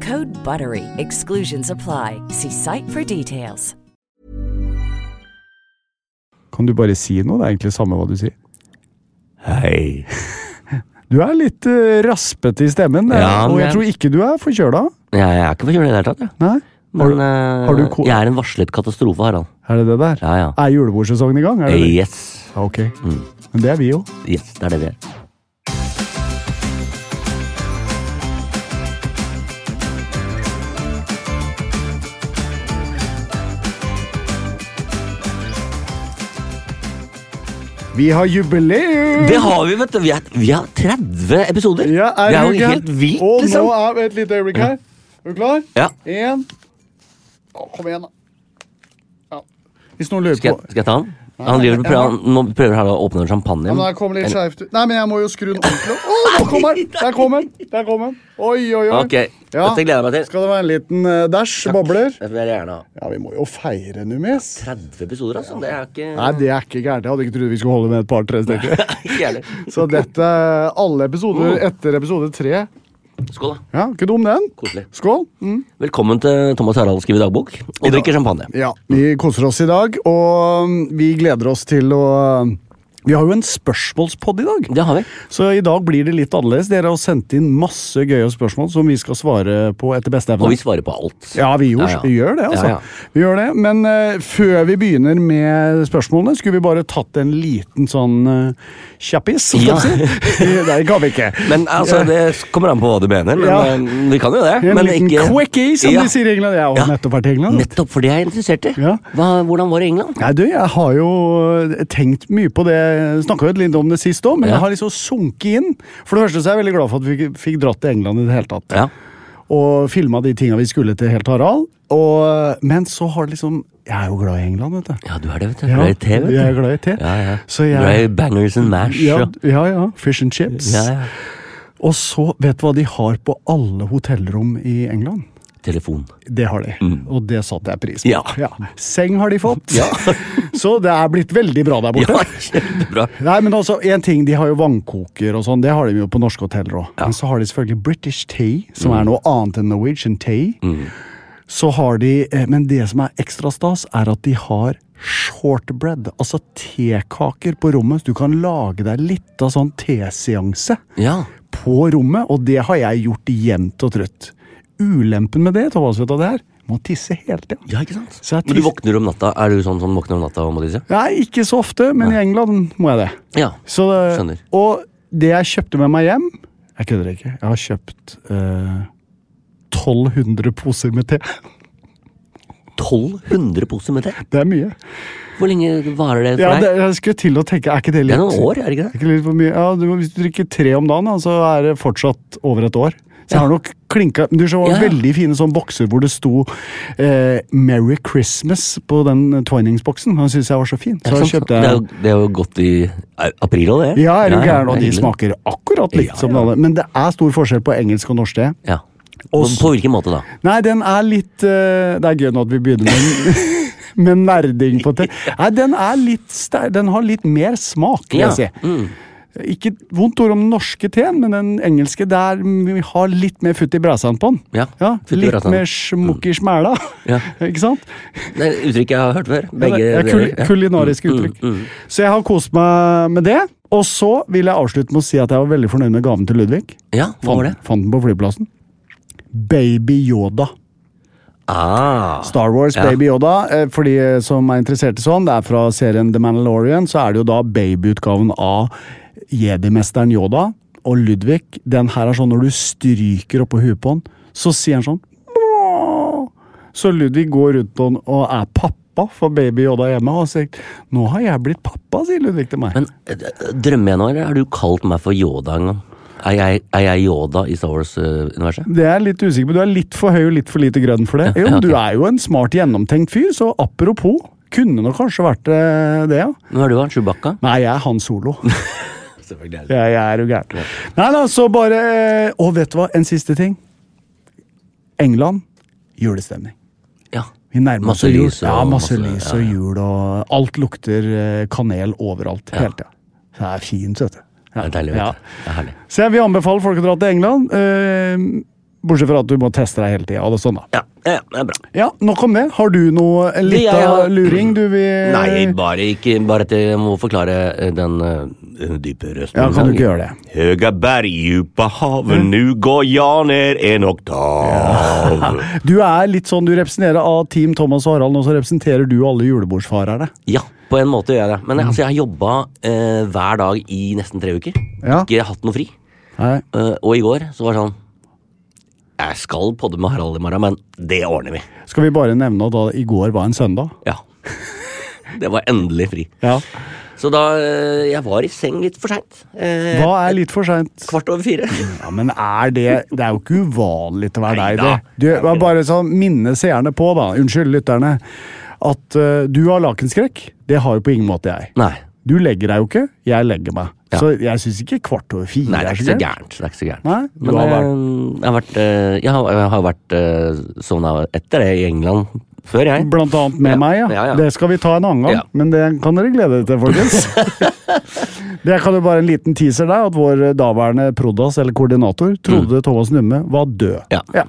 Code BUTTERY. Exclusions apply. See site for details. Kan du bare si noe? Det er egentlig samme hva du sier. Hei. Du er litt eh, raspete i stemmen, eh, Ja, og men jeg jeg- tror ikke du er forkjøla. Jeg er ikke forkjøla i det hele tatt. jeg. Nei? Men eh, har du ko- jeg er en varslet katastrofe, Harald. Er det det der? Ja, Mm. ja. Er julebordsesongen i gang? Er det det? Yes. Ja, Ok. Men det er vi jo. yes. Det er det vi er. Vi har jubileum! Det har vi, vet du. Vi er, vi har 30 episoder. Ja, er det er du jo gæren? helt vilt, Og liksom. nå er Et lite øyeblikk her. Er du klar? Ja. Én Å, Kom igjen, da. Ja. Hvis noen lurer Skal, jeg, på skal jeg ta den? Han driver, prøver, han, nå prøver Harald å åpne en champagne. ja, men her kommer litt Eller- skjevt ut. Nei, men jeg må jo skru den ordentlig opp. Å, der kom den! Der kom den! Der kom den. Oi, oi, oi. Ok, dette gleder jeg meg til. Skal det være en liten eh, dash? Bobler? Det vil jeg gjerne ha. Ja, vi må jo feire, Numis. 30 episoder, altså. Det er ikke Nei, det er ikke gærent. Jeg hadde ikke trodd vi skulle holde med et par-tre stykker. Ikke jeg heller. Så dette Alle episoder etter episode tre. Skål, da. Ja, ikke dum den. Koselig. Skål. Mm. Velkommen til Thomas Harald skriver dagbok og drikker champagne. Ja, vi koser oss i dag, og mm, vi gleder oss til å mm, Vi har jo en spørsmålspod i dag. Det har vi. Så i dag blir det litt annerledes. Dere har sendt inn masse gøye spørsmål som vi skal svare på etter beste Og vi evne. svarer på alt. Ja, vi gjør, Ja, ja. vi gjør det, altså. Ja, ja. Vi gjør det, Men eh, før vi begynner med spørsmålene, skulle vi bare tatt en liten sånn eh, kjappis? skal Ja. vi si. Nei, det kan vi ikke. Men altså, Det kommer an på hva du mener, men Ja. eh, vi kan jo det. en men liten ikke... quickie, som Ja. de sier i England. Jeg har Ja. nettopp vært i England. vet du. Nettopp fordi jeg er interessert i. Ja. Hva, hvordan var det i England? Nei, du, Jeg har jo eh, tenkt mye på det. Snakka jo litt om det sist òg, men Ja. jeg har liksom sunket inn. For det første så er jeg veldig glad for at vi fikk, fikk dratt til England i det hele tatt. Ja. Og filma de tinga vi skulle til helt Harald. Og, men så har det liksom Jeg er jo glad i England, vet du. ja, du er det, vet du. Du er i te, vet du. jeg er glad i te. Ja, ja. Så Du er i jeg, bangers and mash. ja, og- ja, ja. Fish and chips. Ja, ja. Og så, vet du hva de har på alle hotellrom i England? Telefon. Det har de, og det satte jeg pris på. Mm. Ja. Seng har de fått, Ja. så det er blitt veldig bra der borte. Ja, kjempebra. Nei, men altså, en ting, De har jo vannkoker og sånn, det har de jo på norske hoteller òg. Men så har de selvfølgelig British Tea, som er noe annet enn Norwegian Tea. Så har de, eh, Men det som er ekstra stas, er at de har shortbread, altså tekaker på rommet. Så du kan lage deg litt av sånn teseanse Ja. på rommet, og det har jeg gjort jevnt og trutt. Ulempen med det, Thomas, vet du hva det er? Må tisse hele tida. ja, ikke sant? Så jeg Men du tis- våkner om natta. Er du sånn som våkner om natta? Mathias? Nei, ikke så ofte, men i England må jeg det. Ja. Så, det- Skjønner. Og det jeg kjøpte med meg hjem Jeg kødder ikke. Jeg har kjøpt eh, 1200 poser med te. 1200 poser med te? Det er mye. Hvor lenge varer det for Ja, deg? det, jeg skulle til å tenke, Er ikke det Det litt er noen år, er det ikke Er det? ikke det litt for mye? Ja, du, Hvis du drikker tre om dagen, da, så er det fortsatt over et år. Så jeg har nok klinka Du så Ja, ja. veldig fine sånn bokser hvor det sto eh, 'Merry Christmas' på den Twiningsboksen. Den syns jeg var så fin. Så da sant? kjøpte det, er jeg jo, det er jo godt i er- april òg, det. Ja, er du gæren? Og de nydelig. smaker akkurat likt som de alle. Men det er stor forskjell på engelsk og norsk, det. Ja. Og Men På hvilken måte da? Nei, den er litt eh, Det er gøy nå at vi begynner med, med nerding på det. Nei, den er litt ster- Den har litt mer smak, vil Ja, mm. jeg si. Ikke et vondt ord om den norske teen, men den engelske der mm, vi har litt mer futt i brasan på den. Ja, futt i litt brasan. mer smukk i smæla. Ja. Ikke sant? Det er uttrykk jeg har hørt før. Ja, Begge det er kul, deler, ja. Mm, kulinariske uttrykk. Så jeg har kost meg med det. Og så vil jeg avslutte med å si at jeg var veldig fornøyd med gaven til Ludvig. Ja, hva var det? Fant, fant den på flyplassen. Baby Yoda. Ah, Star Wars, Ja. Baby Yoda. eh, For de eh, som er interessert i sånn, det er fra serien The Mandalorian, så er det jo da babyutgaven av Jedi-mesteren Yoda. Og Ludvig, den her er sånn når du stryker oppå huet på han, så sier han sånn «Bra!» Så Ludvig går rundt på han og er pappa for Baby Yoda hjemme, og sier 'Nå har jeg blitt pappa', sier Ludvig til meg. men eh, drømmer jeg nå, eller har du kalt meg for Yoda en gang? Er jeg, er jeg Yoda i Star Wars-universet? Det er jeg litt usikker på. Du er litt for høy og litt for lite grønn for det. Ja, Jo, ja, du ok. er jo en smart, gjennomtenkt fyr, så apropos. Kunne nok kanskje vært eh, det, ja. Hvem er du, han? Chewbacca? Nei, jeg er Han Solo. jeg, jeg er jo gæren. Nei da, så bare eh, Og vet du hva, en siste ting. England, julestemning. Ja. Vi nærmer oss Masse jul. lys og- ja, masse, masse- lys ja, og ja. jul og Alt lukter eh, kanel overalt hele tida. Det er fint, vet du. Ja, Det er deilig. ja. Vet du. Det er herlig. Så jeg vil anbefale folk å dra til England. eh, bortsett fra at du må teste deg hele tida. og det er sånn da. Ja, ja, det er bra. Ja, nok om det. Har du noe en Det jeg lita har- luring du vil Nei, bare ikke Bare at jeg må forklare eh, den eh, dype røsten. Ja, kan du ikke gjøre det? Høga berg, djupa havet, nu går jeg ned en oktav. Du er litt sånn, du representerer av Team Thomas og Harald, og så representerer du alle julebordsfarerne. Ja, på en måte gjør jeg det. Men jeg- altså, jeg har jobba eh, hver dag i nesten tre uker. Ja. Ikke hatt noe fri. Nei. Eh, og i går så var det sånn Jeg skal podde med Harald i morgen, men det ordner vi. Skal vi bare nevne at da i går var en søndag? Ja. Det var endelig fri. Ja. Så da eh, Jeg var i seng litt for seint. Eh, Hva er litt for seint? kvart over fire. Ja, men er det Det er jo ikke uvanlig til å være deg, Neida. det. Du, jeg bare sånn minne seerne på, da, unnskyld lytterne, at eh, du har lakenskrekk. Det har jo på ingen måte jeg. Nei. Du legger deg jo ikke, jeg legger meg. Ja. Så jeg syns ikke kvart over fire Nei, det er ikke så gærent. gærent. Det er ikke så gærent. Nei, du Men har eh, vært jeg har vært, eh, jeg har, jeg har vært eh, sovna etter det i England før, jeg. Blant annet med Ja, meg, ja. ja, ja. Det skal vi ta en annen gang, Ja. men det kan dere glede dere til, folkens. det kan jo bare en liten teaser der, at vår daværende prodas, eller koordinator, trodde Thomas Numme var død. Mm. Ja.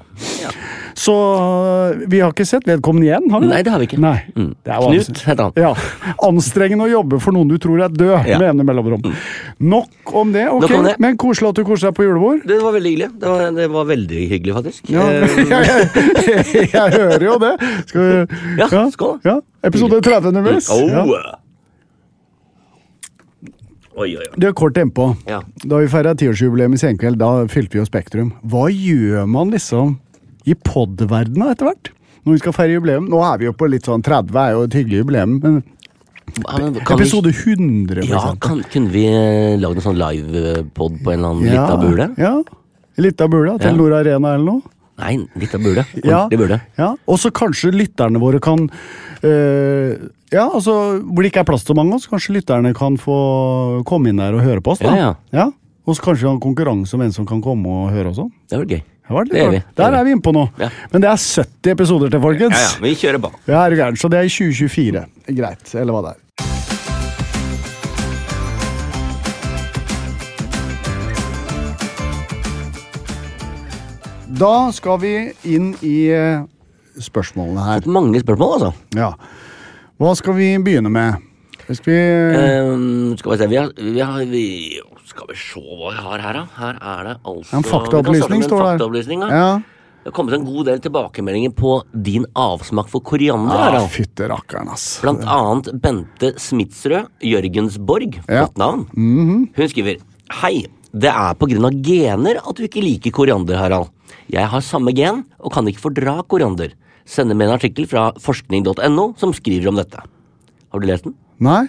Så eh, vi har ikke sett vedkommende igjen, har vi? Nei, det har vi ikke. Nei. Mm. Det er jo Knut anstrengende. heter han. Ja. Anstrengende å jobbe for noen du tror er død, Ja. Mm. med ene mellomrom. Nok om det, ok. Nok om det. Men koselig at du koser deg på julebord. Det var veldig hyggelig. Det var, det var veldig hyggelig, faktisk. Ja, Eh, jeg hører jo det. Skal vi Ja, skål. Ja. Episode 30, nemlig. Ja. oh. Oi, oi, oi. Du, kort innpå. Ja. Da vi feira tiårsjubileum i Senkveld, da fylte vi jo Spektrum. Hva gjør man liksom i podverdena etter hvert? Når vi skal feire jubileum? Nå er vi jo på litt sånn 30, er jo et hyggelig jubileum. Men Ja, men kan vi- episode 100, for Ja, eksempel. kan, kunne vi eh, lagd en sånn livepod på en eller annen lita bule? Ja. Lita bule. Ja. Telenor Arena eller noe. Nei, lita bule. Ordentlig bule. ja. Og så kanskje lytterne våre kan eh, Ja, altså hvor det ikke er plass til mange, så kanskje lytterne kan få komme inn der og høre på oss. da. Ja, ja. Og så kanskje vi har en konkurranse om en som kan komme og høre og sånn. Det var gøy. Det var litt Det gjør vi. rart. Der er vi inne på nå. Ja. Men det er 70 episoder til, folkens. Ja, ja, vi kjører på. Ja, er du gæren. Så det er i 2024. Greit. Eller hva det er. Da skal vi inn i eh, spørsmålene her. Mange spørsmål, altså. Ja. Hva skal vi begynne med? Skal vi Ehm, skal vi se vi har, vi har, vi, Skal vi se hva vi har her, da. Her er det altså En faktaopplysning Vi kan starte med en står der. faktaopplysning, da. Ja. Det har kommet en god del tilbakemeldinger på din avsmak for koriander. Ah, Harald. Fytte rakkeren, ass. Blant annet Bente Smitsrød Jørgensborg. Ja. Mhm. Flott navn. Hun skriver Hei, det er på grunn av gener at du ikke liker koriander, Harald. Jeg har samme gen og kan ikke fordra koriander. Sender med en artikkel fra forskning.no som skriver om dette. Har du lest den? Nei?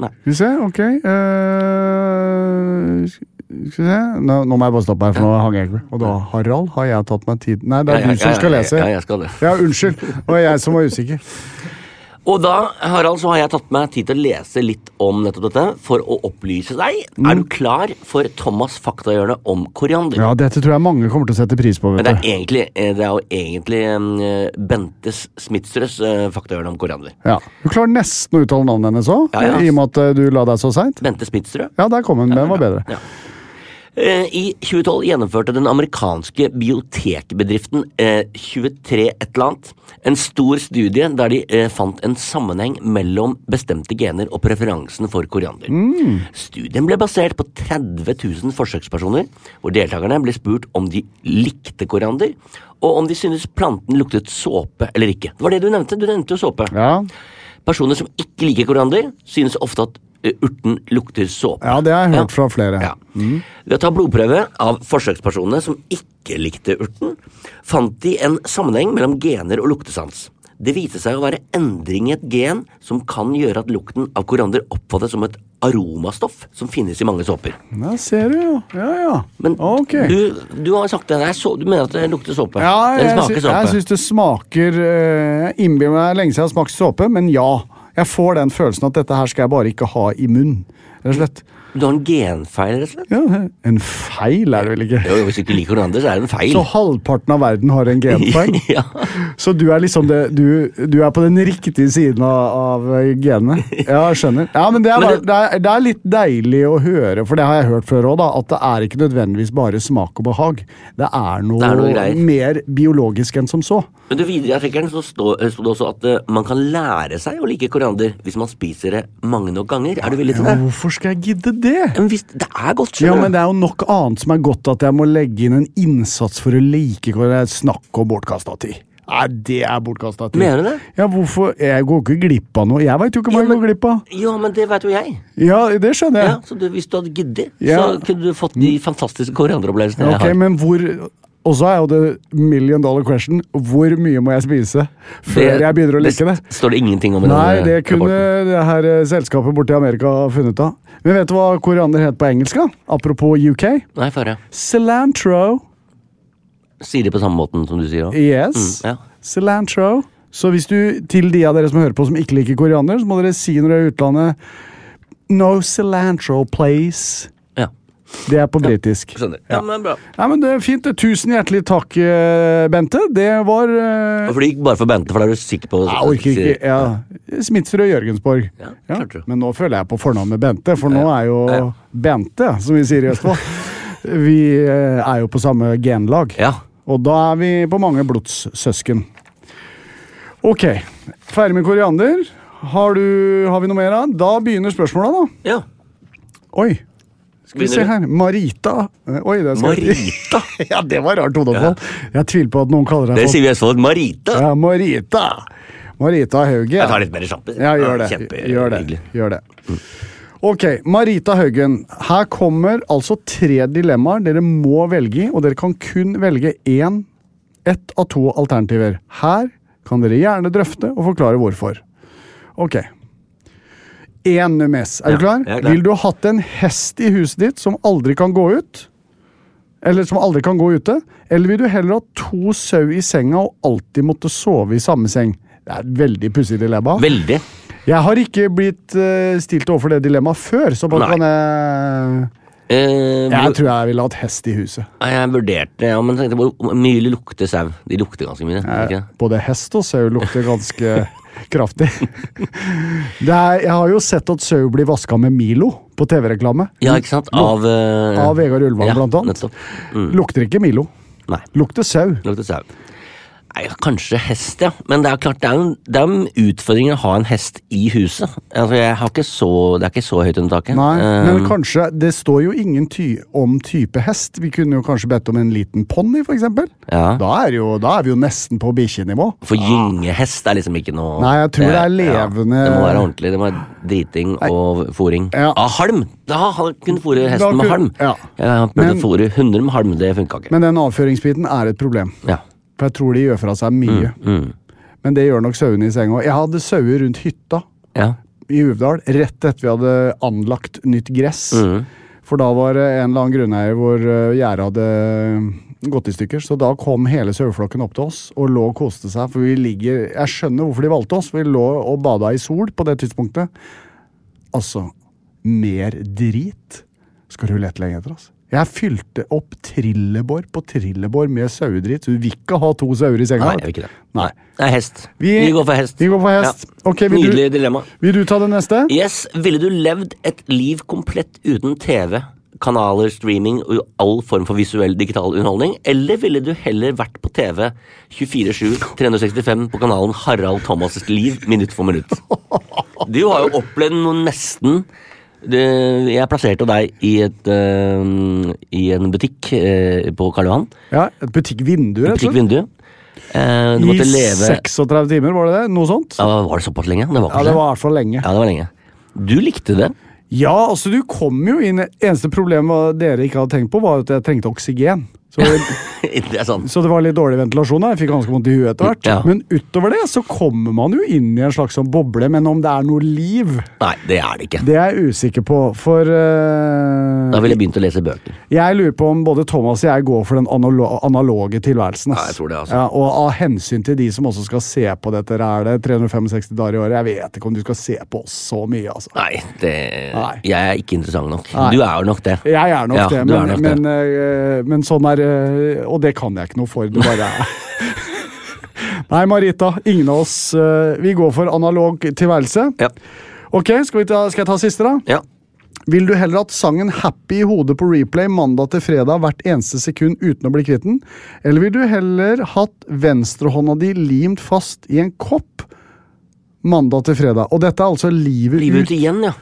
Nei. Skal vi se, ok. eh, Skal vi se. Nå, nå må jeg bare stoppe her, for nå hang jeg ikke med. Og da, Harald, har jeg tatt meg tid Nei, det er Ja, ja, du som ja, skal ja, lese. ja, jeg skal det. Ja, unnskyld. Det var jeg som var usikker. Og da, Harald, så har jeg tatt meg tid til å lese litt om nettopp dette for å opplyse deg. Er du klar for Thomas' faktahjørne om koriander? Ja, dette tror jeg mange kommer til å sette pris på, Men det vet er, du. egentlig, eh, det er jo egentlig eh, Bentes Smitsrøs eh, faktahjørne om koriander. Ja. Du klarer nesten å uttale navnet hennes òg, Ja, ja. i og med at eh, du la deg så seint. Bente Smitsrø. Ja, der kom hun. Den var bedre. Eh, I 2012 gjennomførte den amerikanske biotekbedriften eh, 23 et eller annet en stor studie der de eh, fant en sammenheng mellom bestemte gener og preferansen for koriander. Mm. Studien ble basert på 30 000 forsøkspersoner, hvor deltakerne ble spurt om de likte koriander, og om de syntes planten luktet såpe eller ikke. Det var det du nevnte. Du nevnte jo såpe. Ja. Personer som ikke liker koriander, synes ofte at eh, urten lukter såpe. ja, det har jeg hørt Ja. fra flere. Ja. Mm. Ved å ta blodprøve av forsøkspersonene som ikke likte urten, fant de en sammenheng mellom gener og luktesans. Det viste seg å være endring i et gen som kan gjøre at lukten av koriander oppfattes som et aromastoff som finnes i mange såper. Ja, ser du, jo. Ja, ja. Men ok. du, du har sagt det, det er så, du mener at det lukter såpe? ja, Eller jeg, smaker sy jeg såpe? syns det smaker eh, Jeg innbiller meg lenge siden jeg har smakt såpe, men ja. Jeg får den følelsen at dette her skal jeg bare ikke ha i munnen. Rett og slett. Du har en genfeil, rett og slett? Ja, en feil er det vel ikke? Jo, jo, hvis du ikke liker koriander, så er det en feil. Så halvparten av verden har en genfeil? ja. Så du er liksom det, du, du er på den riktige siden av, av genene? Ja, jeg skjønner. Ja, men det er, Men bare, det- det, er, det er litt deilig å høre, for det har jeg hørt før òg, at det er ikke nødvendigvis bare smak og behag. Det er noe, Det er noe greier. mer biologisk enn som så. Men du, videre i artikkelen så sto, sto det også at eh, man kan lære seg å like koriander hvis man spiser det mange nok ganger. Er du villig til det? Ja, hvorfor skal jeg gidde det? Men hvis, det er godt, Ja, skjønner men du. Det er jo nok annet som er godt at jeg må legge inn en innsats for å like hva det er snakk om bortkasta tid. Nei, det er bortkasta tid. Mener du det? Ja, hvorfor? Jeg går ikke glipp av noe. Jeg veit jo ikke hva jeg men- går glipp av. Ja, men det vet jo jeg. Ja, det skjønner jeg. Ja, så du, Hvis du hadde giddet, Ja. så kunne du fått de fantastiske korianderopplevelsene Ok, jeg har. men hvor Og så er jo det million dollar question. Hvor mye må jeg spise før jeg begynner å like det? s- står det ingenting om i Nei, denne det kunne rapporten. det her eh, selskapet borti Amerika ha funnet av. Men vet du hva koriander het på engelsk? da? Apropos UK. Nei, får høre. Cilantro. Sier de på samme måten som du sier òg? Yes. Mm, ja. Cilantro. Så hvis du, til de av dere som hører på som ikke liker koriander, så må dere si når dere er i utlandet No cilantro, please. Ja. Det er på britisk. Skjønner. Ja, men bra. Nei, men det er Fint. Tusen hjertelig takk, eh, Bente. Det var eh, For det gikk bare for Bente, for da er du sikker på Jeg orker ikke. Ja. Smitsrud Jørgensborg. Ja, klarte du. Men nå føler jeg på fornavn med Bente, for nå er jo Bente, som vi sier i Østfold Vi eh, er jo på samme genlag. Ja. Og da er vi på mange blodssøsken. Ok, ferdig med koriander. Har, du, har vi noe mer av? Da begynner spørsmåla, da. ja. Oi, skal vi se Begynner du? her. Marita. Eh, Oi, det skal Marita! ja, det var rart hodeoppfall. Jeg tviler på at noen kaller deg Det for sier vi i Østfold. Marita! ja, Marita. Marita Haugen. Jeg tar litt mer sjampis. Ja, gjør det. Gjør det. Gjør det. Ok, Marita Haugen. Her kommer altså tre dilemmaer dere må velge i, og dere kan kun velge én, ett av to alternativer. Her kan dere gjerne drøfte og forklare hvorfor. Ok. Én numes. Er Ja, du klar? jeg er klar. Vil du ha hatt en hest i huset ditt som aldri kan gå ut? Eller som aldri kan gå ute? Eller vil du heller ha to sau i senga og alltid måtte sove i samme seng? Det er et veldig pussig dilemma. Veldig. Jeg har ikke blitt eh, stilt overfor det dilemmaet før, så bare Nei. kan jeg Eh, Jeg tror jeg ville hatt hest i huset. Nei, Jeg vurderte ja, men tenkte på hvor mye lukter sau. De lukter ganske mye. gjør de ikke det? Både hest og sau lukter ganske kraftig. Det er, jeg har jo sett at sau blir vaska med Milo på TV-reklame. Ja, ikke sant? Av, eh, Av Vegard Ulvang, ja, blant annet. Nettopp. Lukter ikke Milo. Nei, Lukter sau. lukter sau. Nei, ja, kanskje hest, ja. Men det er jo klart, det er jo det er jo utfordringen å ha en hest i huset. Altså, jeg har ikke så, Det er ikke så høyt under taket. Nei, men Eh, kanskje Det står jo ingen ty om type hest. Vi kunne jo kanskje bedt om en liten ponni, f.eks. Ja. Da, er jo- da er vi jo nesten på bikkjenivå. For gyngehest er liksom ikke noe Nei, jeg tror det er levende- Det må være ordentlig. Det må være driting og fôring. Ja. Av halm! Da har- kunne fôre Da hesten med kunne- halm. ja. Jeg har prøvd Men- å fôre hunder med halm, det funka ikke. Men den avføringsbiten er et problem. ja. Mm, For jeg tror de gjør fra seg mye. Men det gjør nok sauene i senga. Jeg hadde sauer rundt hytta ja. Mhm. i Uvdal rett etter vi hadde anlagt nytt gress. For da var det en eller annen grunneier hvor eh, gjerdet hadde gått i stykker. Så da kom hele saueflokken opp til oss og lå og koste seg. For vi ligger Jeg skjønner hvorfor de valgte oss. for Vi lå og bada i sol på det tidspunktet. Altså, mer drit skal du lete lenge etter, altså. Jeg fylte opp trillebår på trillebår med sauedrit. så Du vil ikke ha to sauer i senga. Nei, jeg vet vil du. ikke det. Nei. Det er hest. Vi, Vi- går for hest. vi går for hest. Ok, vil du- Nydelig dilemma. Vil du ta den neste? Yes, ville du levd et liv komplett uten TV, kanaler, streaming og all form for visuell digital underholdning, eller ville du heller vært på TV 24-7, 365 på kanalen Harald Thomas' liv, minutt for minutt? Du har jo opplevd noe nesten det, Jeg plasserte deg i, et, eh, i en butikk eh, på Karl Johan. Ja, Et butikkvindu, rett og slett. Butikkvindu. Eh, du I måtte leve 36 timer, var det det? Noe sånt? ja, Var det såpass lenge? Det Ja, var kanskje det var i hvert fall lenge. ja, det var lenge. Du likte det. Ja, altså du kom jo inn Eneste problemet dere ikke hadde tenkt på, var at jeg trengte oksygen. Så, det er sant. så det var litt dårlig ventilasjon. da. Jeg fikk ganske vondt i huet etter hvert. Ja. Men utover det så kommer man jo inn i en slags sånn boble. Men om det er noe liv, Nei, det er det ikke. det er jeg usikker på. For eh, Da ville jeg begynt å lese bøker. jeg lurer på om både Thomas og jeg går for den analo analoge tilværelsen. ass. Ja, jeg tror det, altså. ja, og av hensyn til de som også skal se på dette her, det er 365 dager i året. Jeg vet ikke om du skal se på oss så mye, altså. Nei, det, Nei. jeg er ikke interessant nok. Nei. Du er jo nok det. Jeg er nok Ja, det, du men, er nok men, eh, men sånn er eh, Og det kan jeg ikke noe for. Det bare er Nei, Marita. Ingen av oss eh, Vi går for analog tilværelse. Ja. Ok, skal, vi ta, skal jeg ta siste, da? ja. Vil du heller hatt sangen Happy i hodet på replay mandag til fredag hvert eneste sekund uten å bli kvitt den? Eller vil du heller hatt venstrehånda di limt fast i en kopp mandag til fredag? Og dette er altså livet, Livet ut. ut igjen, ja.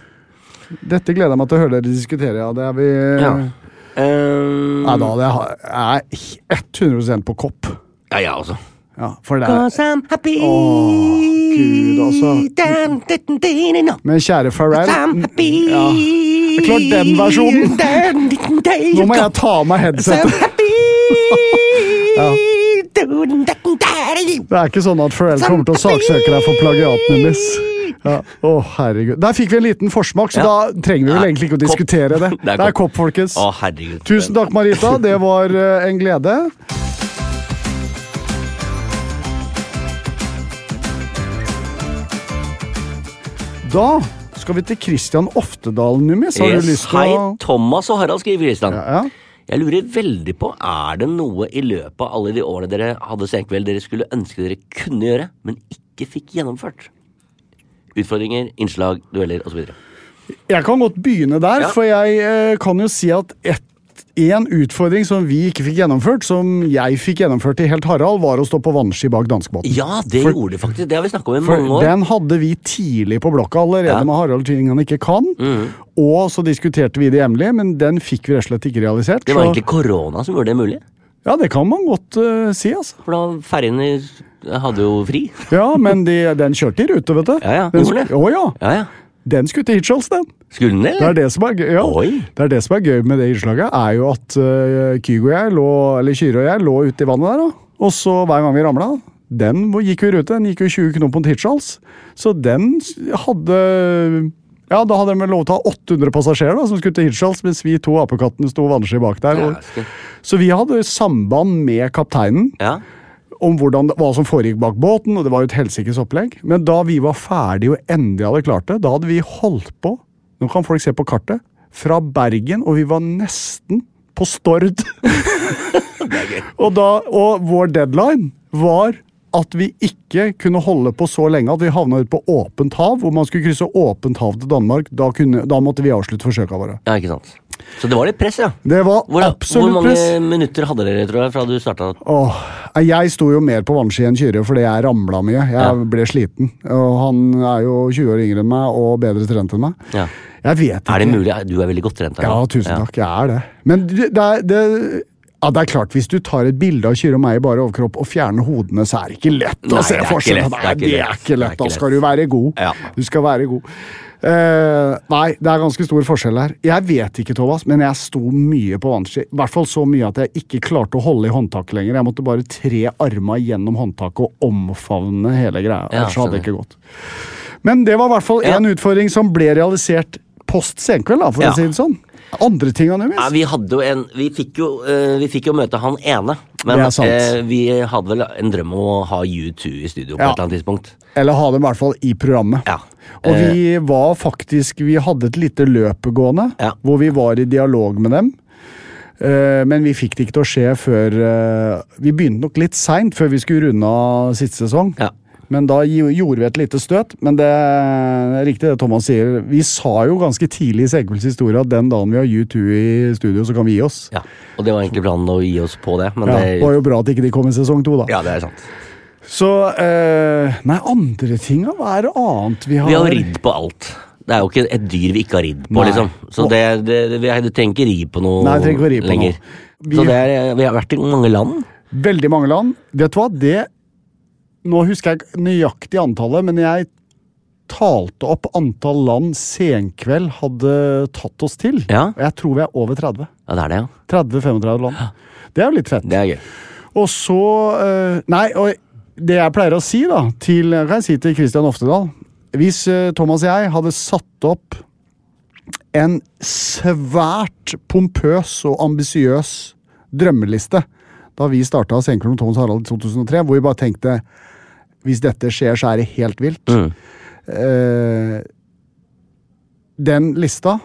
Dette gleder jeg meg til å høre dere diskutere. Ja, det er vi... Ja. Um, Eh. Nei, da hadde jeg, ha- jeg er 100 på kopp. ja, jeg også. Ja, for det er. Cause I'm happy. Eh. Åh, Gud, altså. Dun, dun, dun, dun, dun. Men kjære Farrell, I'm happy. ja. Det er klart den versjonen. Dun, dun, dun, nå må jeg ta av meg headsetet. I'm happy. Ja. Dun, dun, dun, dun. Det er ikke sånn at Pharrell kommer til å saksøke deg for plagiatnummers. Ja. Å, herregud. Der fikk vi en liten forsmak, så Ja. da trenger vi vel Nei, egentlig ikke å kopp. diskutere det. Det er kopp, folkens. Å, herregud. Tusen takk, Marita. Det var eh, en glede. Da skal vi til Christian Oftedal, Nummis. Har Yes. du lyst Hei, til å Thomas og Harald, skriver Kristian. Ja, ja. Jeg lurer veldig på, er det noe i løpet av alle de årene dere hadde senkveld dere skulle ønske dere kunne gjøre, men ikke fikk gjennomført? Utfordringer, innslag, dueller osv. Jeg kan godt begynne der, Ja. for jeg eh, kan jo si at ett en utfordring som vi ikke fikk gjennomført, som jeg fikk gjennomført til Helt Harald, var å stå på vannski bak danskebåten. Ja, det For- gjorde det faktisk. Det har vi snakka om i For mange år. den hadde vi tidlig på blokka allerede Ja. Mm. med Harald ting han ikke kan. Og så diskuterte vi det hjemlig, men den fikk vi rett og slett ikke realisert. Det var så- egentlig korona som gjorde det mulig. ja, det kan man godt eh, si, altså. For da ferjene hadde jo fri. Ja, men de, den kjørte i rute, vet du. Ja, ja, den, gjorde det. sk- Å ja. Ja, ja. Den skulle til Hirtshals, den. Skulle den det? Det er eller? det som er gøy, ja. Oi. det er det som er gøy med det innslaget, er jo at eh, Kygo og jeg lå, eller Kyrre og jeg lå ute i vannet der, da. og så hver gang vi ramla den hvor- gikk jo i rute, den gikk jo 20 knop på en tidsjals. Så den s- hadde Ja, da hadde den vel lov til å ha 800 passasjerer da, som skulle til Hirtshals, mens vi to apekattene sto vannski bak der. Og, Dæsken. så vi hadde samband med kapteinen Ja. om hvordan, hva som foregikk bak båten, og det var jo et helsikes opplegg. Men da vi var ferdige og endelig hadde klart det, da hadde vi holdt på Nå kan folk se på kartet. Fra Bergen, og vi var nesten på Stord. og, da, og vår deadline var at vi ikke kunne holde på så lenge at vi havna ut på åpent hav. Hvor man skulle krysse åpent hav til Danmark. Da, kunne, da måtte vi avslutte forsøka våre. ja, ikke sant. Så det var litt press, ja. Det var Hvor, hvor absolutt mange press. minutter hadde dere tror jeg, fra du starta? Åh, nei, jeg sto jo mer på vannski enn Kyrre fordi jeg ramla mye. Jeg ble sliten. Og han er jo 20 år yngre enn meg og bedre trent enn meg. Ja. Jeg vet ikke. Er det mulig? Du er veldig godt trent. Ja, tusen takk. Jeg er det. Men det, det, er- det ja, det er klart, Hvis du tar et bilde av Kyrre og meg i bare overkropp og fjerner hodene, så er det ikke lett Nei, å se det er ikke forskjellen. lett, det er Nei, ikke det lett, er det er ikke lett. ikke Da skal lett. du være god. Ja. Du skal være god. Eh, nei, det er ganske stor forskjell her. Jeg vet ikke, Thomas, men jeg sto mye på vannski. I hvert fall så mye at jeg ikke klarte å holde i håndtaket lenger. Jeg måtte bare tre armer gjennom håndtaket og omfavne hele greia. Ja, Ellers hadde det ikke gått. Men det var i hvert fall Ja. en utfordring som ble realisert post senkveld, da, for Ja. å si det sånn. Andre ting han gjør Ja, mest? vi hadde jo en Vi fikk jo, eh, vi fikk jo møte han ene. Men Det er sant. eh, vi hadde vel en drøm om å ha U2 i studio på Ja. et eller annet tidspunkt. Eller ha dem i hvert fall i programmet. Ja. Eh. Og vi var faktisk Vi hadde et lite løp gående, Ja. hvor vi var i dialog med dem. Eh, Men vi fikk det ikke til å skje før eh, Vi begynte nok litt seint før vi skulle runde av siste sesong. Ja. Men da gi- gjorde vi et lite støt. Men det er riktig det Thomas sier. Vi sa jo ganske tidlig i Segwells historie at den dagen vi har U2 i studio, så kan vi gi oss. Ja. Og det var egentlig planen å gi oss på det, men Ja, det det var jo bra at ikke de kom i sesong to, da. Ja, det er sant. Så eh, Nei, andre tinga? Hva er det annet vi har? Vi har jo ridd på alt. Det er jo ikke et dyr vi ikke har ridd på, Nei. liksom. Så Og- det, det, det, vi du trenger ikke ri på noe Nei, jeg trenger ikke å ri på lenger. noe. Vi- Så det er, eh, vi har vært i mange land. Veldig mange land. Vet du hva, det Nå husker jeg ikke nøyaktig antallet, men jeg talte opp antall land Senkveld hadde tatt oss til. Ja. Og jeg tror vi er over 30. Ja, det er det, ja. 30-35 land. Det er jo litt fett. Det er gøy. Og så eh, Nei, og det jeg pleier å si, da, til, kan jeg si til Christian Oftedal Hvis eh, Thomas og jeg hadde satt opp en svært pompøs og ambisiøs drømmeliste da vi starta Senkron og Thomas Harald i 2003, hvor vi bare tenkte hvis dette skjer, så er det helt vilt. Mm. Eh, den lista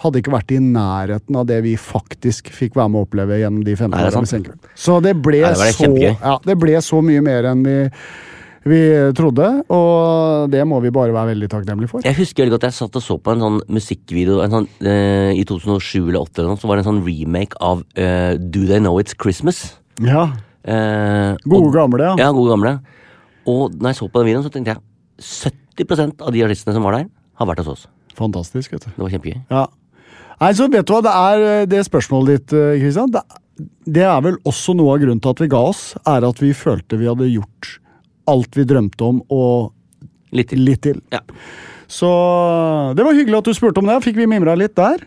hadde ikke vært i nærheten av det vi faktisk fikk være med å oppleve gjennom de 15 Nei, det er årene. med sant. Senkron. Så det ble, Nei, det var det så, kjempegøy. ja, det ble så mye mer enn vi, vi trodde, og det må vi bare være veldig takknemlige for. Jeg husker veldig godt jeg satt og så på en sånn musikkvideo en sånn, eh, i 2007 eller 2008, eller noe, så var det en sånn remake av eh, Do They Know It's Christmas. Ja, Eh, Gode og- gamle, ja. Ja, gode gamle. Og når jeg så på den videoen, så tenkte jeg 70 av de artistene som var der, har vært hos oss. Fantastisk, vet du. Det var kjempegøy. Ja. Nei, så vet du hva, det er eh, det spørsmålet ditt, eh, Christian. Det, det er vel også noe av grunnen til at vi ga oss, er at vi følte vi hadde gjort alt vi drømte om, og Litt til. litt til. Ja. Så det var hyggelig at du spurte om det. Fikk vi mimra litt der?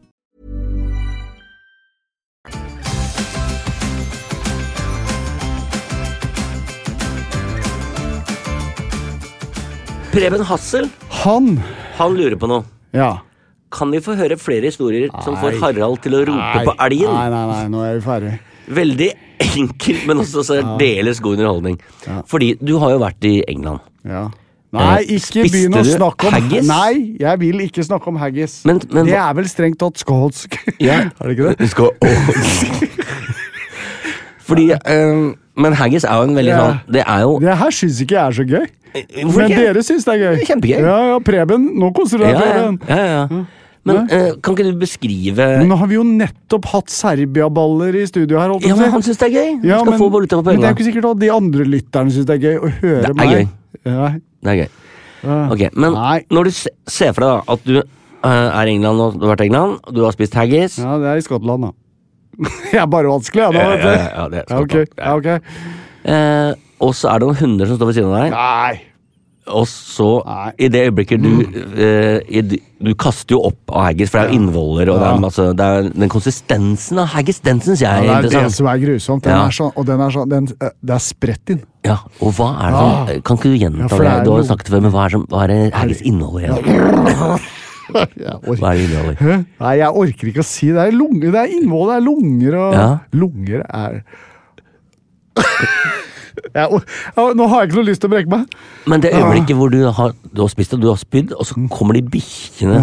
Preben Hassel, Han! han lurer på noe. Ja. Kan vi få høre flere historier som får Nei. Harald til å rope på elgen? Nei, nei, nei, nå er vi ferdig. Veldig enkelt, men også særdeles god underholdning. Fordi du har jo vært i England. Ja. Nei, Eh, ikke spiste begynn å du snakke om haggis? Nei, jeg vil ikke snakke om haggis. Men- men det hva- er vel strengt tatt skålsk. er det ikke det? Fordi, eh, men haggis er jo en veldig Ja. sånn Det er jo Det her syns ikke jeg er så gøy. Eh, Hvorfor Men ikke? dere syns det er gøy. Det er kjempegøy. Ja, ja, Preben. Nå koser du deg, ja, ja, Preben. ja, ja. Men eh, kan ikke du beskrive Mm. Men nå har vi jo nettopp hatt Serbia-baller i studio her. holdt jeg Ja, på å men si. han syns det er gøy! Du Ja, skal men- få valuta for Men det er jo ikke pengene. sikkert at de andre lytterne syns det er gøy å høre Det er meg. gøy. Ja. Det er gøy. Ok, Men Nei. når du se- ser for deg da at du eh, er i England og du har vært i England, og du har spist haggis ja, det er i Skottland, da. Jeg er bare vanskelig, jeg nå. Ja, vet du. ja, ja, det er Ja, ok. sant, Ja, ja. ok. Eh, og så er det noen hunder som står ved siden av deg, Nei. og så, Nei. i det øyeblikket du eh, i, d- Du kaster jo opp av haggis, for det er jo innvoller, og det Ja. er masse det er, Den konsistensen av haggis, den syns jeg Ja, er det er det interessant. som er grusomt. Den Ja. er sånn, og den er sånn den, eh, Det er spretten. Ja, og hva er det som Kan ikke du gjenta Ja, for det? det er Du har noe- jo snakket før, men hva er, det som, hva er det haggis inneholder igjen? Jeg Hva orker- er det inneholder? Hæ? Nei, jeg orker ikke å si det. Det er lunger, det er innvoll, det er lunger og Ja. Lunger er jeg, or- jeg, Nå har jeg ikke noe lyst til å brekke meg. Men det øyeblikket hvor du har, du har spist og du har spydd, og så Mm. kommer de bikkjene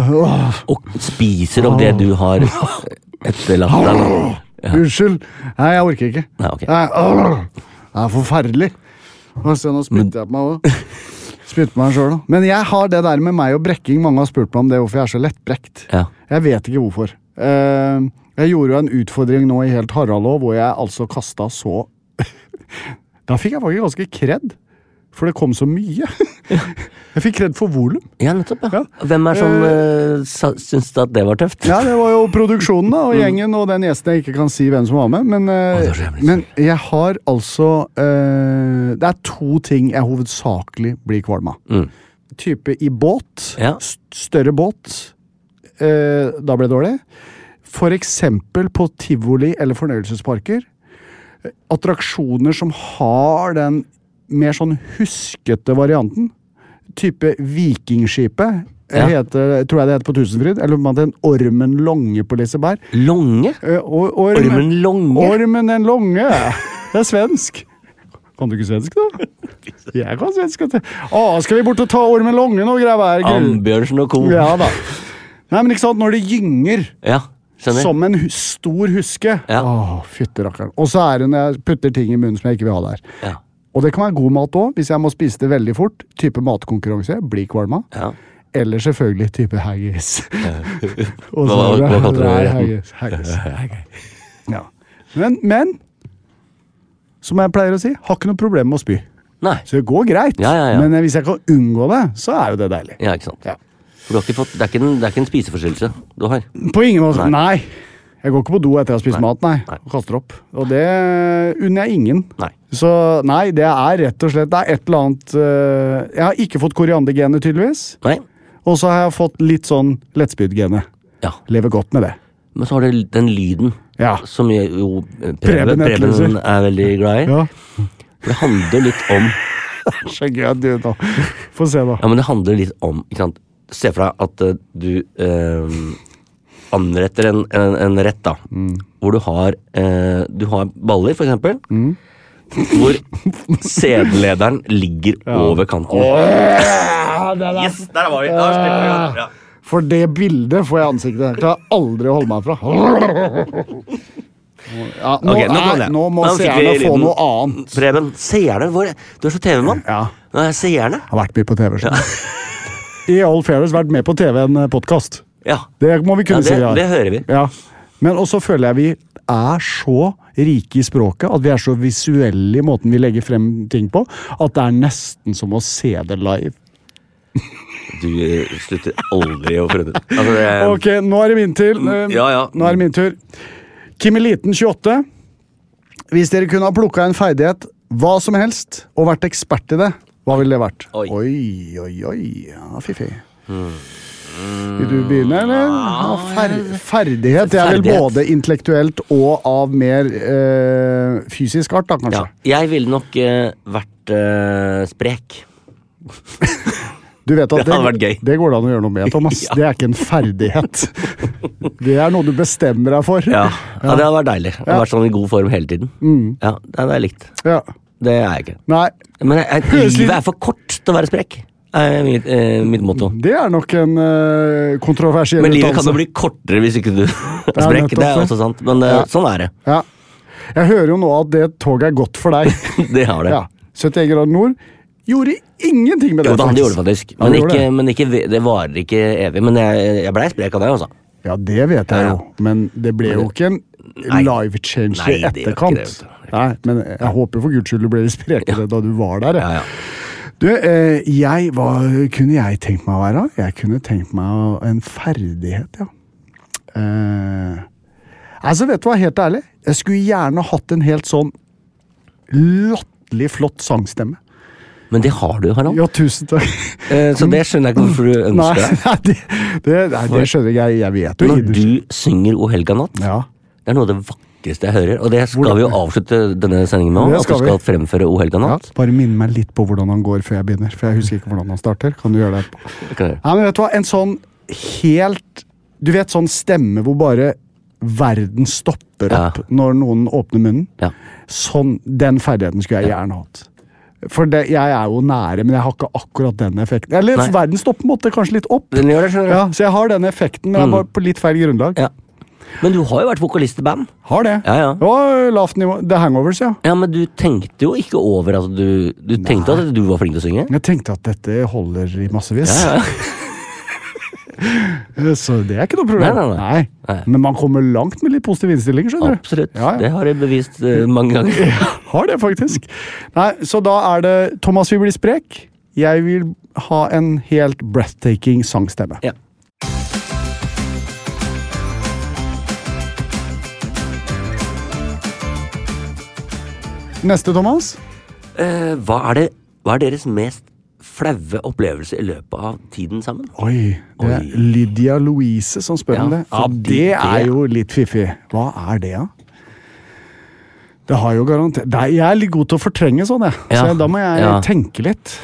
og spiser opp det du har etterlatt deg. Ah. Ja. Unnskyld. Nei, jeg orker ikke. Nei, ok. Nei, åh, det er forferdelig. Og se, nå spytter jeg på meg òg. Spytter på meg sjøl òg. Men jeg har det der med meg og brekking. Mange har spurt meg om det, hvorfor jeg er så lettbrekt. Ja. Jeg vet ikke hvorfor. Eh, jeg gjorde jo en utfordring nå i Helt Harald òg, hvor jeg altså kasta så Da fikk jeg faktisk ganske kred, for det kom så mye. Jeg fikk kred for volum. Ja, nettopp. ja. Hvem er som eh, sa- syns at det var tøft? Ja, det var jo produksjonen da, og gjengen og den gjesten jeg ikke kan si hvem som var med. Men, eh, Å, det er så jævlig. men jeg har altså eh, Det er to ting jeg hovedsakelig blir kvalm av. Mm. Type i båt. Ja. st- Større båt. eh, da ble det dårlig. For eksempel på tivoli eller fornøyelsesparker. Eh, Attraksjoner som har den mer sånn huskete varianten. Type Vikingskipet. Ja. Heter, tror jeg det heter på Tusenfryd. Eller om det er en Ormen Longe på Liseberg. Longe? Eh, og- Ormen Longe? Ormen den Longe. Det er svensk. Kan du ikke svensk, da? Jeg kan svensk. vet du. Å, skal vi bort og ta Ormen Longe nå, greier jeg. Ambjørnsen og co. Ja da. Nei, men ikke sant, når det gynger Ja, skjønner. som en hu- stor huske Ja. Å, fytte rakkeren. Og så er det når jeg putter ting i munnen som jeg ikke vil ha der. Ja. Og det kan være god mat òg, hvis jeg må spise det veldig fort. Type matkonkurranse. Blir kvalma. Ja. Eller selvfølgelig type haggis. Og så er Hva- hva- det- hva kalte du Nei, retten? haggis, haggis. Ja. Men, men som jeg pleier å si, har ikke noe problem med å spy. Nei. Så det går greit. Ja, ja, ja. Men hvis jeg kan unngå det, så er jo det deilig. Ja, ikke sant. Ja. For du har ikke fått, det, er ikke en, det er ikke en spiseforstyrrelse du har. På ingen måte. Nei. Nei. Jeg går ikke på do etter jeg har spist Nei. mat, nei. Nei. Og kaster opp. Og det unner jeg ingen. Nei. Så nei, det er rett og slett Det er et eller annet øh, Jeg har ikke fått koriandergenet, tydeligvis. Nei. Og så har jeg fått litt sånn lettspydgenet. Ja. Lever godt med det. Men så har du den lyden Ja. som jeg, jo eh, Preben Preben, etterlyser. Preben er veldig glad i. ja. For det handler litt om Så gøy du nå. Få se, da. Ja, men det handler litt om ikke sant? Se for deg at eh, du eh, anretter en, en, en rett, da. Mm. Hvor du har, eh, du har baller, for eksempel. Mm. Hvor sædlederen ligger over kanten. Yes, der var vi! Da slipper vi å- ja. For det bildet får jeg i ansiktet. Jeg klarer aldri å holde meg fra. Ja, nå, Ok, nå kom nei, det. nå må Nå fikk vi seerne få lyden. noe annet. Preben, seerne våre Du er så TV-mann. Ja. Nå er jeg seerne. Har vært mye på TV. skjønner du. I All Fairness vært mer på TV enn podkast. Ja. eh, Det må vi Ja, kunne det, si. ja. det hører vi. Ja. Men også føler jeg vi er så rike i språket, at vi er så visuelle i måten vi legger frem ting på, at det er nesten som å se det live. Du eh, slutter aldri å prøve. Altså, det, Ok, nå er det min tur. Eh, Mm, Ja, ja. Nå er det min tur. Kim Eliten 28. Hvis dere kunne ha plukka en ferdighet, hva som helst, og vært ekspert i det, hva ville det vært? Oi. Mm. oi, oi. oi. Ja, Fiffi. Vil du begynne, eller? Ja, fer ferdighet. Jeg vil Ah, Ferdighet. både intellektuelt og av mer eh, fysisk art, da, kanskje. ja. Jeg ville nok eh, vært eh, sprek. Du vet at Det hadde vært gøy. Det går det an å gjøre noe med, Thomas. Det er ikke en ferdighet. Det er noe du bestemmer deg for. Ja, ja det hadde vært deilig. Å være sånn i god form hele tiden. Mm. Ja, Det hadde jeg likt. Ja. Det er jeg ikke. Nei, Men jeg, jeg, Høres litt- livet er for kort til å være sprek. er mitt, eh, mitt motto. Det er nok en eh, kontroversiell Men livet kan jo bli kortere hvis ikke du er sprekk. Det er nettopp det. også sant. Men eh, Ja. sånn er det. Ja. Jeg hører jo nå at det toget er godt for deg. Det har det. ja. 71 grader nord gjorde ingenting med det. Jo da, det gjorde det faktisk. faktisk. Ja, det Men, gjorde ikke, det. men ikke, ve- det varer ikke evig. Men jeg, jeg blei sprek av det, altså. Ja, det vet jeg jo, men det ble jo ikke en Nei. life change Nei, i det gjør ikke etterkant. det, vet du. Nei, men jeg håper for guds skyld du ble litt sprekere da du var der. jeg. Ja, ja. Du, eh, jeg, hva kunne jeg tenkt meg å være? Jeg kunne tenkt meg en ferdighet, ja. Eh, altså, vet du hva, helt ærlig, Jeg skulle gjerne hatt en helt sånn latterlig flott sangstemme. Men det har du, Harald. Ja, tusen takk. Eh, Så det skjønner jeg ikke hvorfor du Nei, ønsker deg. nei, det, det, nei, det skjønner jeg. Jeg vet jo Når innerst. du synger O helga natt, Ja. det er noe av det vakreste jeg hører. Og det skal Hvordan- vi jo avslutte denne sendingen med Det òg, at du skal vi. skal fremføre O helga ja. natt. Bare minn meg litt på hvordan han går før jeg begynner, for jeg husker ikke hvordan han starter. Kan du gjøre det etterpå? Ok. Nei, men vet du hva? En sånn helt Du vet sånn stemme hvor bare verden stopper Ja. opp når noen åpner munnen? Ja. Sånn, Den ferdigheten skulle jeg gjerne hatt. For det, jeg er jo nære, men jeg har ikke akkurat den effekten. Eller Nei. verden stopper måtte kanskje litt opp. Den gjør det, skjønner du. Mm. Ja, så jeg har den effekten, men jeg er bare på litt feil grunnlag. Ja. Men du har jo vært vokalist i band. Har det. Ja, ja. Det var lavt nivå. The Hangovers, ja. Ja, men du tenkte jo ikke over at du Du tenkte at du var flink til å synge? Jeg tenkte at dette holder i massevis. så det er ikke noe problem. Nei, nei, nei. Nei. Men man kommer langt med litt positiv innstilling, skjønner du. Absolutt. Ja, Det ja. har jeg bevist eh, mange ganger. Har det, faktisk. Nei, så da er det Thomas vil bli sprek. Jeg vil ha en helt breathtaking sangstemme. Ja. Neste, Thomas. Eh, Hva, er det, hva er deres mest flaue opplevelse i løpet av tiden sammen? Oi, det er Oi. Lydia Louise som spør om Ja, det. Ja, fordi det det- er jo litt fiffig. Hva er det, da? Det har jo garantert Nei, Jeg er litt god til å fortrenge sånn, jeg. Ja, Så da må jeg ja. tenke litt.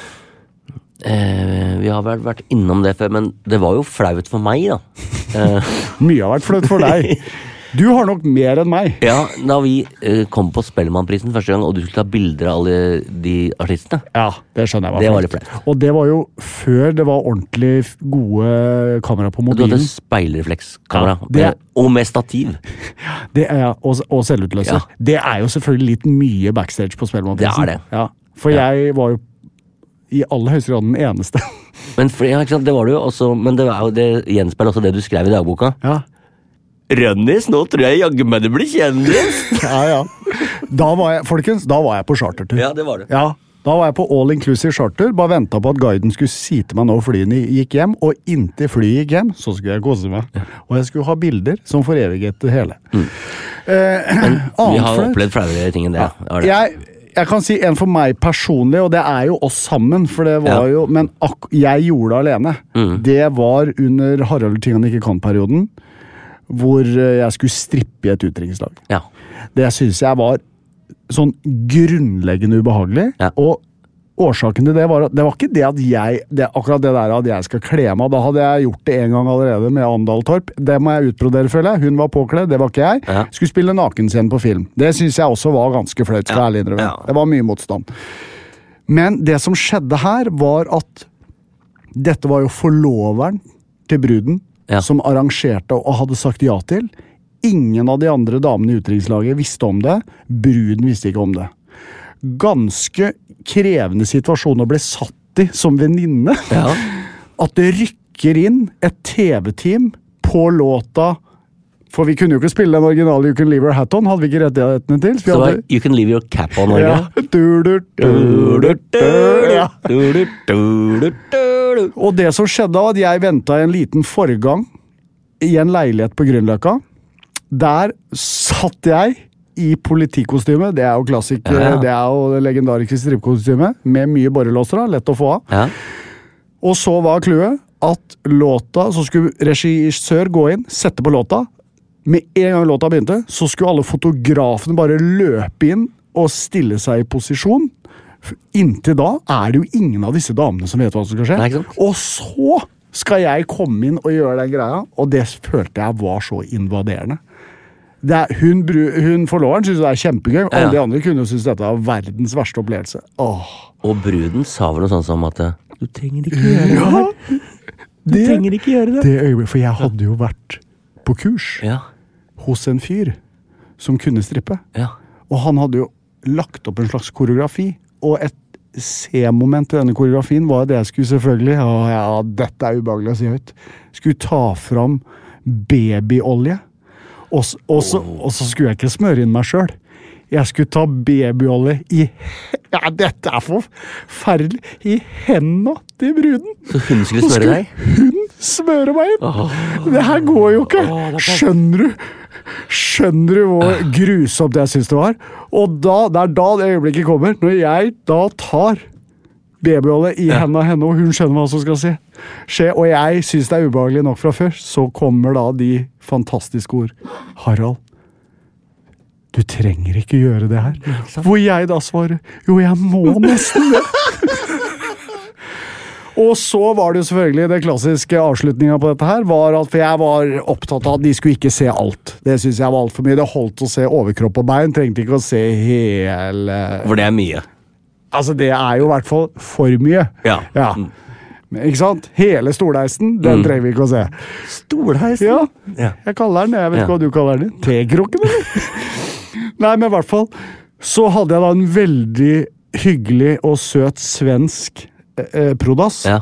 Eh, vi har vel vært innom det før, men det var jo flaut for meg, da. Eh, Mye har vært flaut for deg. Du har nok mer enn meg. Ja, Da vi eh, kom på Spellemannprisen første gang, og du skulle ta bilder av alle de artistene. Ja, Det skjønner jeg Det var var litt flaut. Og det var jo før det var ordentlig f- gode kamera på Du hadde mobilen. speilreflekskamera. Ja, det- eh, Og med stativ. Det er, og, og selvutløser. Ja. Det er jo selvfølgelig litt mye backstage på Spellemannprisen. Det er det. Ja, for jeg var jo i aller høyeste grad den eneste. Men, for, ja, ikke sant? Det var det jo også, men det, var jo- det gjenspeiler også det du skrev i dagboka. Ja, Rønnis, nå tror jeg jaggu meg det blir kjendis! ja, ja. Da var jeg, folkens, da var jeg på chartertur. ja, det var det. Ja, da var jeg på all inclusive charter, bare venta på at guiden skulle si til meg når flyene gikk hjem, og inntil flyet gikk hjem, så skulle jeg kose meg. Og jeg skulle ha bilder som foreviget det hele. Eh, Mm. Vi annet har flaut? opplevd flauere ting enn det. Ja. det var det. jeg, jeg kan si en for meg personlig, og det er jo oss sammen, for det var Ja. Mm. jo Men ak jeg gjorde det alene. Det var under Harald Ting han ikke kan-perioden, hvor eh, jeg skulle strippe i et utdrikningslag. ja. Det syns jeg var sånn grunnleggende ubehagelig. Ja. Og årsaken til det var at det var ikke det at jeg det, Akkurat det der at jeg skal kle meg av. Da hadde jeg gjort det en gang allerede med Andal Torp. Det må jeg utbrodere, føler jeg. Hun var påkledd, det var ikke jeg. Ja. Skulle spille nakenscene på film. Det syns jeg også var ganske flaut. skal jeg ærlig innrømme. Ja. Det var mye motstand. Men det som skjedde her, var at dette var jo forloveren til bruden Ja. som arrangerte og hadde sagt ja til. Ingen av de andre damene i utenrikslaget visste om det. Bruden visste ikke om det. Ganske krevende situasjon å bli satt i som venninne. Ja. At det rykker inn et TV-team på låta For vi kunne jo ikke spille den originale You Can Leave Your Hat On, hadde vi ikke rettighetene til. så vi Så det var hadde- You Can Leave Your Cap On. var det ja. ikke? Du, du, du, du, du, ja. Du, du, du, du, du, du. Og det som skjedde var at jeg venta i en liten forgang i en leilighet på Grünerløkka. Der satt jeg i politikostyme, det er jo klassik, Ja, ja. det er jo det legendariske strippekostyme, med mye borrelåser, da, lett å få av. Ja. Og så var clouet at låta, så skulle regissør gå inn, sette på låta. Med en gang låta begynte, så skulle alle fotografene bare løpe inn og stille seg i posisjon. For Inntil da er det jo ingen av disse damene som vet hva som skal skje. Nei, ikke sant? og så skal jeg komme inn og gjøre den greia, og det følte jeg var så invaderende. Det er, hun, bru- hun forloveren syns det er kjempegøy, Ja, ja. alle de andre kunne jo synes dette var verdens verste opplevelse. Åh. Og bruden sa vel noe sånt som at eh, Du trenger ikke gjøre det. Ja, Du trenger ikke gjøre det. det øyeblikket, for jeg hadde jo vært på kurs Ja, hos en fyr som kunne strippe. ja. Og han hadde jo lagt opp en slags koreografi. Og et C-moment i denne koreografien var at jeg skulle selvfølgelig å, ja, dette er ubehagelig å si høyt, skulle ta fram babyolje. Og, s- og, så, og så skulle jeg ikke smøre inn meg sjøl. Jeg skulle ta babyolje i Ja, dette er forferdelig! I henda til bruden! Så hun skulle Så smøre skulle deg? hun smøre meg inn! Det her går jo ikke! Skjønner du? Skjønner du hvor grusomt jeg syns det var? Og da, det er da det øyeblikket kommer, når jeg da tar babyolje i hendene av henne, og hun skjønner hva som skal skje, skje og jeg syns det er ubehagelig nok fra før, så kommer da de fantastiske ord. Harald, du trenger ikke gjøre det her. Hvor jeg da svarer jo, jeg må nesten det. Og så var det jo selvfølgelig det klassiske avslutninga på dette her. var at For jeg var opptatt av at de skulle ikke se alt. Det syns jeg var altfor mye. Det holdt å se overkropp og bein. Trengte ikke å se hele For det er mye. Altså, det er jo i hvert fall for mye. Ja. Mm. Men, Ikke sant? Hele stolheisen, den trenger vi ikke å se. Stolheisen? Ja. Mm. Ja. Jeg kaller den det. Jeg vet Ja. ikke hva du kaller den. Tekrukken, eller? Nei, men i hvert fall så hadde jeg da en veldig hyggelig og søt svensk eh, eh, prodass. Ja.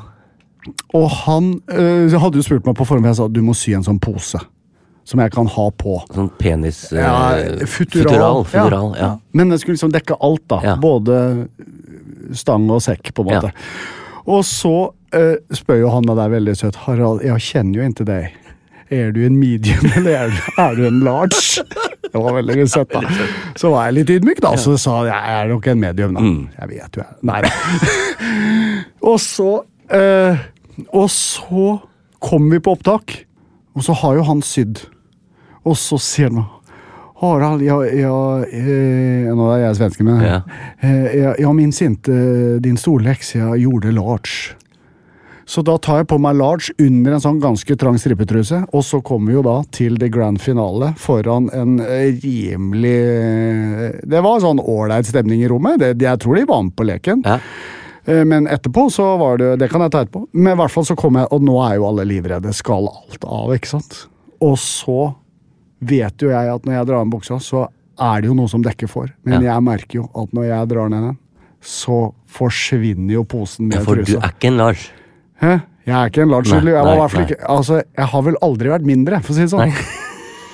Og han eh, hadde jo spurt meg på forhånd, og jeg sa du må sy en sånn pose. Som jeg kan ha på. Sånn penis... eh, futural. Futural, futural, ja. Men den skulle liksom dekke alt, da. Ja. Både stang og sekk, på en måte. Og så eh, spør jo han meg der veldig søtt Harald, jeg kjenner jo ikke deg. Er du en medium, eller er du, er du en large? Det var veldig søtt, da. Så var jeg litt ydmyk, da. Så sa jeg jeg er nok en medium, da. Mm. Jeg vet jo jeg Nei da. Og så eh, Og så kom vi på opptak, og så har jo han sydd. Og så sier han Harald, jeg, jeg, eh, Nå er jeg svensken, men Ja. eh, jeg, jeg minns ikke eh, din storlek, så jeg gjorde large. Så da tar jeg på meg large under en sånn ganske trang strippetruse, og så kommer vi jo da til det grand finale foran en eh, rimelig Det var sånn ålreit stemning i rommet. Det, jeg tror de var med på leken. Ja. Eh, Men etterpå så var det Det kan jeg ta etterpå. Men i hvert fall så kom jeg, og nå er jo alle livredde. Skal alt av, ikke sant? Og så vet jo jeg at når jeg drar av meg buksa, så er det jo noe som dekker for. Men Ja. jeg merker jo at når jeg drar ned den, så forsvinner jo posen med For du trusa. er ikke en Lars. Hæ? Jeg er ikke en large Nei, Nei, jeg, var i nei, hvert fall nei. ikke, altså, jeg har vel aldri vært mindre, for å si det sånn.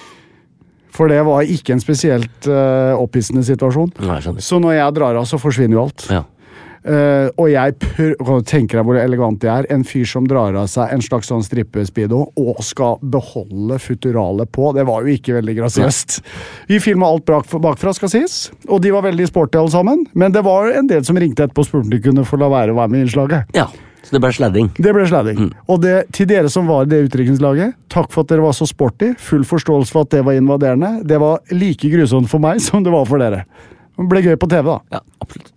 For det var ikke en spesielt eh, opphissende situasjon. Nei, jeg skjønner. Så når jeg drar av, så forsvinner jo alt. sånn. Ja. Eh, og jeg pr og tenker deg hvor elegant jeg er. En fyr som drar av seg en slags sånn strippespeedo og skal beholde futuralet på. Det var jo ikke veldig grasiøst. Vi filma alt bak bakfra, skal sies, og de var veldig sporty alle sammen. Men det var en del som ringte etterpå og spurte om de kunne få la være å være med i innslaget. ja. Så det ble sladding. Det ble sladding. Og det, til dere som var i det utdrikningslaget, takk for at dere var så sporty. Full forståelse for at det var invaderende. Det var like grusomt for meg som det var for dere. Det ble gøy på TV, da. Ja, absolutt.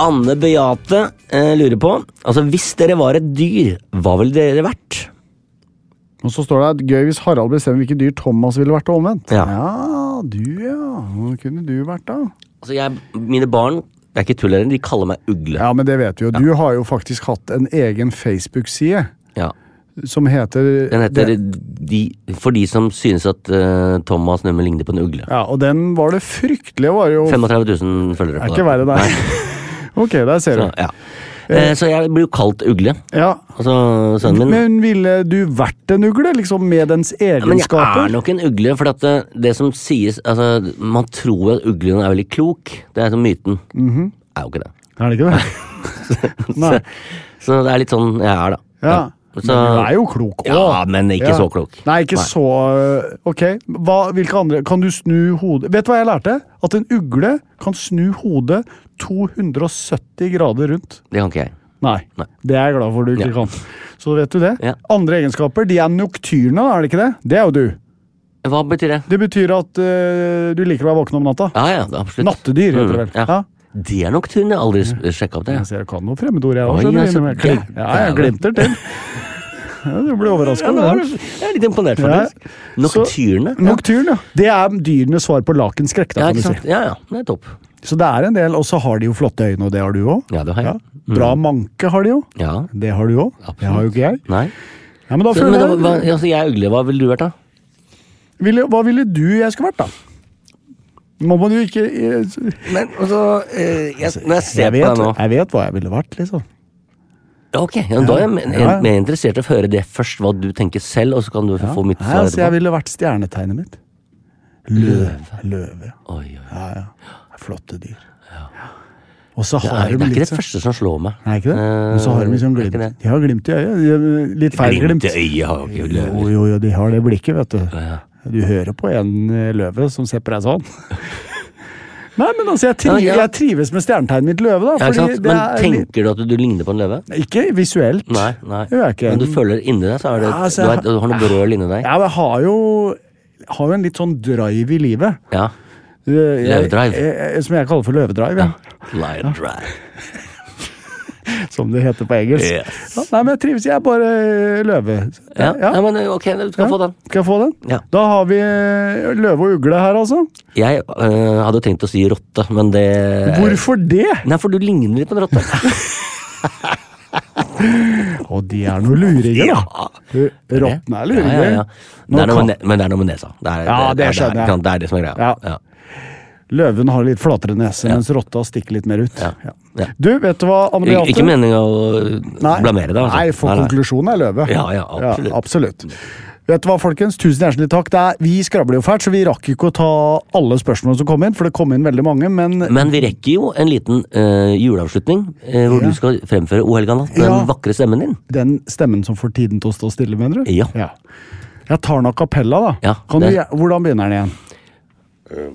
Anne Beate eh, lurer på Altså, hvis dere var et dyr, hva ville dere vært? Og så står det at gøy hvis Harald bestemmer hvilket dyr Thomas ville vært og omvendt. Ja. du ja. Hva kunne du vært da? Altså, jeg, Mine barn det er ikke tull, heller, de kaller meg ugle. Ja, men det vet vi jo. Du har jo faktisk hatt en egen Facebook-side Ja. som heter Den heter Det- de, For de som synes at eh, Thomas Nømme ligner på en ugle. Ja, og den var det fryktelige, var jo. 35 000 følgere. Er på ikke verre, nei. ok, der ser Så, du. ja. eh, så jeg blir jo kalt ugle. Ja. Altså, sønnen min Men ville du vært en ugle, liksom, med dens Ja, Men jeg egenskaper? er nok en ugle, for at det, det som sies altså, Man tror at uglen er veldig klok. Det er sånn myten. Er jo ikke det. Er det ikke det? Mhm. Nei. Så, så det er litt sånn jeg er, da. Ja. Så- Men du er jo klok òg. Ja, men ikke så klok. Nei, ikke Nei. så øh, Ok, hva, hvilke andre Kan du snu hodet Vet du hva jeg lærte? At en ugle kan snu hodet 270 grader rundt. Det kan ikke jeg. Nei. Nei. Det er jeg glad for du ikke Ja. kan. Så vet du det. Ja. Andre egenskaper, de er noktyrne, er det ikke det? Det er jo du. Hva betyr det? Det betyr at øh, du liker å være våken om natta. Ja, ja, absolutt. Nattedyr, heter det vel. Mm, ja. Ja. Det er nok tun. Jeg har aldri s- sjekket opp det. Jeg jeg. ser jeg kan noen fremmedord, jeg òg. Oi, altså, Ja, glim- jeg glimter til. Ja, du blir overraska. Ja, nå er du- jeg er litt imponert, faktisk. Ja. Så- Noktyrene. Ja. Nokturn, ja. Det er dyrenes svar på lakenskrekk. da, Ja, kan ikke du si. sant? ja, ja. Det er topp. Så det er en del, og så har de jo flotte øyne, og det har du òg. Ja, det har jeg. Mm. Bra manke har de jo. Ja. Det har du òg. Det har jo ikke jeg. Nei. Ja, men da Så, føler men, da- hva, jeg, altså, jeg er ugle. Hva ville du vært, da? ville, Hva ville du jeg skulle vært, da? Nå må du ikke jeg, Men altså jeg, Når jeg ser på vet, deg nå jeg vet hva jeg ville vært, liksom. Ja, Ok, ja, Da er jeg mer, Ja, ja. mer interessert i å høre det først, hva du tenker selv, og så kan du Ja. få mitt Nei, svar altså, jeg etterpå. ville vært stjernetegnet mitt. Løve. Løve. Oi, oi. Ja, ja. flotte dyr. Og så Det har er, det de er litt ikke det sånn- første som slår meg. Nei, ikke det? Men så har de liksom Eh, det glimt. er ikke det. De har glimt i øyet. De har Litt feil glimt. Glimt i øyet har jo ikke Jo, løver. jo, jo, de har det blikket, vet du. Ja. Du hører på en eh, løve som ser på deg sånn. Nei, men altså, jeg, Ja, trives, ja. jeg trives med stjernetegnet mitt løve, da. Ja, ikke Fordi sant? det Men er litt- tenker du at du ligner på en løve? Ikke visuelt. Nei. nei. Det gjør jeg ikke. Men du føler inni deg, så er det, Ja, altså, du, jeg er, du har noe brøl inni deg? Ja, men jeg har jo, har jo en litt sånn drive i livet. Ja. Eh, jeg- Løvedrive. jeg- jeg- Som jeg kaller for løvedrive, ja. Light drive. Som det heter på engelsk. Yes. Ja, nei, men jeg trives. Jeg er bare eh, løve. Ja. ja, men eh, ok, du skal få den. Skal jeg få den? Ja. Da har vi eh, løve og ugle her, altså. Jeg eh, hadde tenkt å si rotte, men det Hvorfor det? Nei, for du ligner litt på en rotte. Og de er noe luringer, da. Du, Rottene er luringer. Ja, ja, ja. Nå Det er noe kan- med, ne- men det er noe med nesa. Det er, Ja, det skjønner jeg. Det er, det er det som er greia. Ja. Ja. Løven har litt flatere nese, mens rotta stikker litt mer ut. Ja. Ja. Du, vet du hva, Anne Ik Beate? ikke meninga å blamere deg. Altså. Nei, for konklusjonen er løve. Ja, ja, absolutt. absolutt. Vet du hva, folkens? Tusen hjertelig takk. Det er, vi skravler jo fælt, så vi rakk ikke å ta alle spørsmålene som kom inn, for det kom inn veldig mange, men Men vi rekker jo en liten eh, juleavslutning, eh, hvor Ja. du skal fremføre O helga natt med Ja. den vakre stemmen din. den stemmen som får tiden til å stå stille, mener du? Ja. Jeg tar den a cappella, da. Ja, kan du, det- gje- hvordan begynner den igjen? Eh.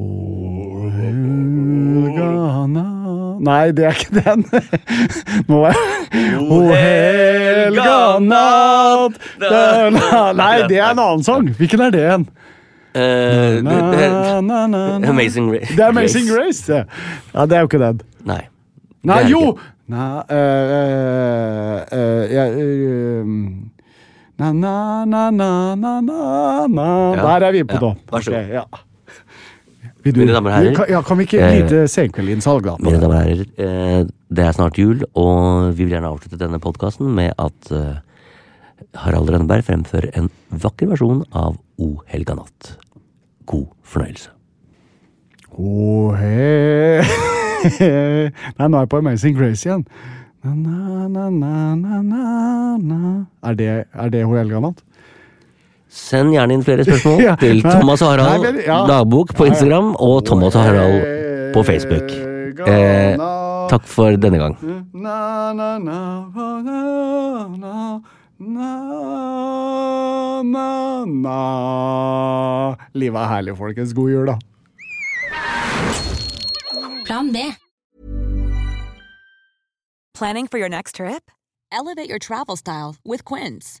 O helga natt Nei, det er ikke den. Nå var jeg O helga natt da- la- Nei, det er en annen sang. Hvilken er det igjen? Eh, det- Na, det- na, na, na. Amazing Ra- Grace. Det er Amazing Grace. det. Ja, det er jo ikke den. Nei. Nei, Det er jo! ikke. Nei, øh, øh, øh, jeg, øh, um, Na, na, na, na, na, na, na. Ja. Der er vi på Ja, da. vær så god. Ok, ja. Vil du, Mine damer og herrer, Kan- ja, kan vi ikke eh, et lite senkveldinnsalg, da? på Mine det? damer og herrer, eh, det er snart jul, og vi vil gjerne avslutte denne podkasten med at eh, Harald Rønneberg fremfører en vakker versjon av O helga natt. God fornøyelse. Å, he- Oh, Nei, nå er jeg på Amazing Grace igjen. Na, na, na, na, na, na, na. Er det, er det Hoel Ganat? Send gjerne inn flere spørsmål Ja. til Thomas og Harald Nei, men- ja. Dagbok på Instagram og Thomas og Harald på Facebook. Eh, takk for denne gang. Na, na, na, na, na, na, na, na. Livet er herlig, folkens. God jul, da. Plan B. Planning for your next trip? Elevate your travel style with Quince.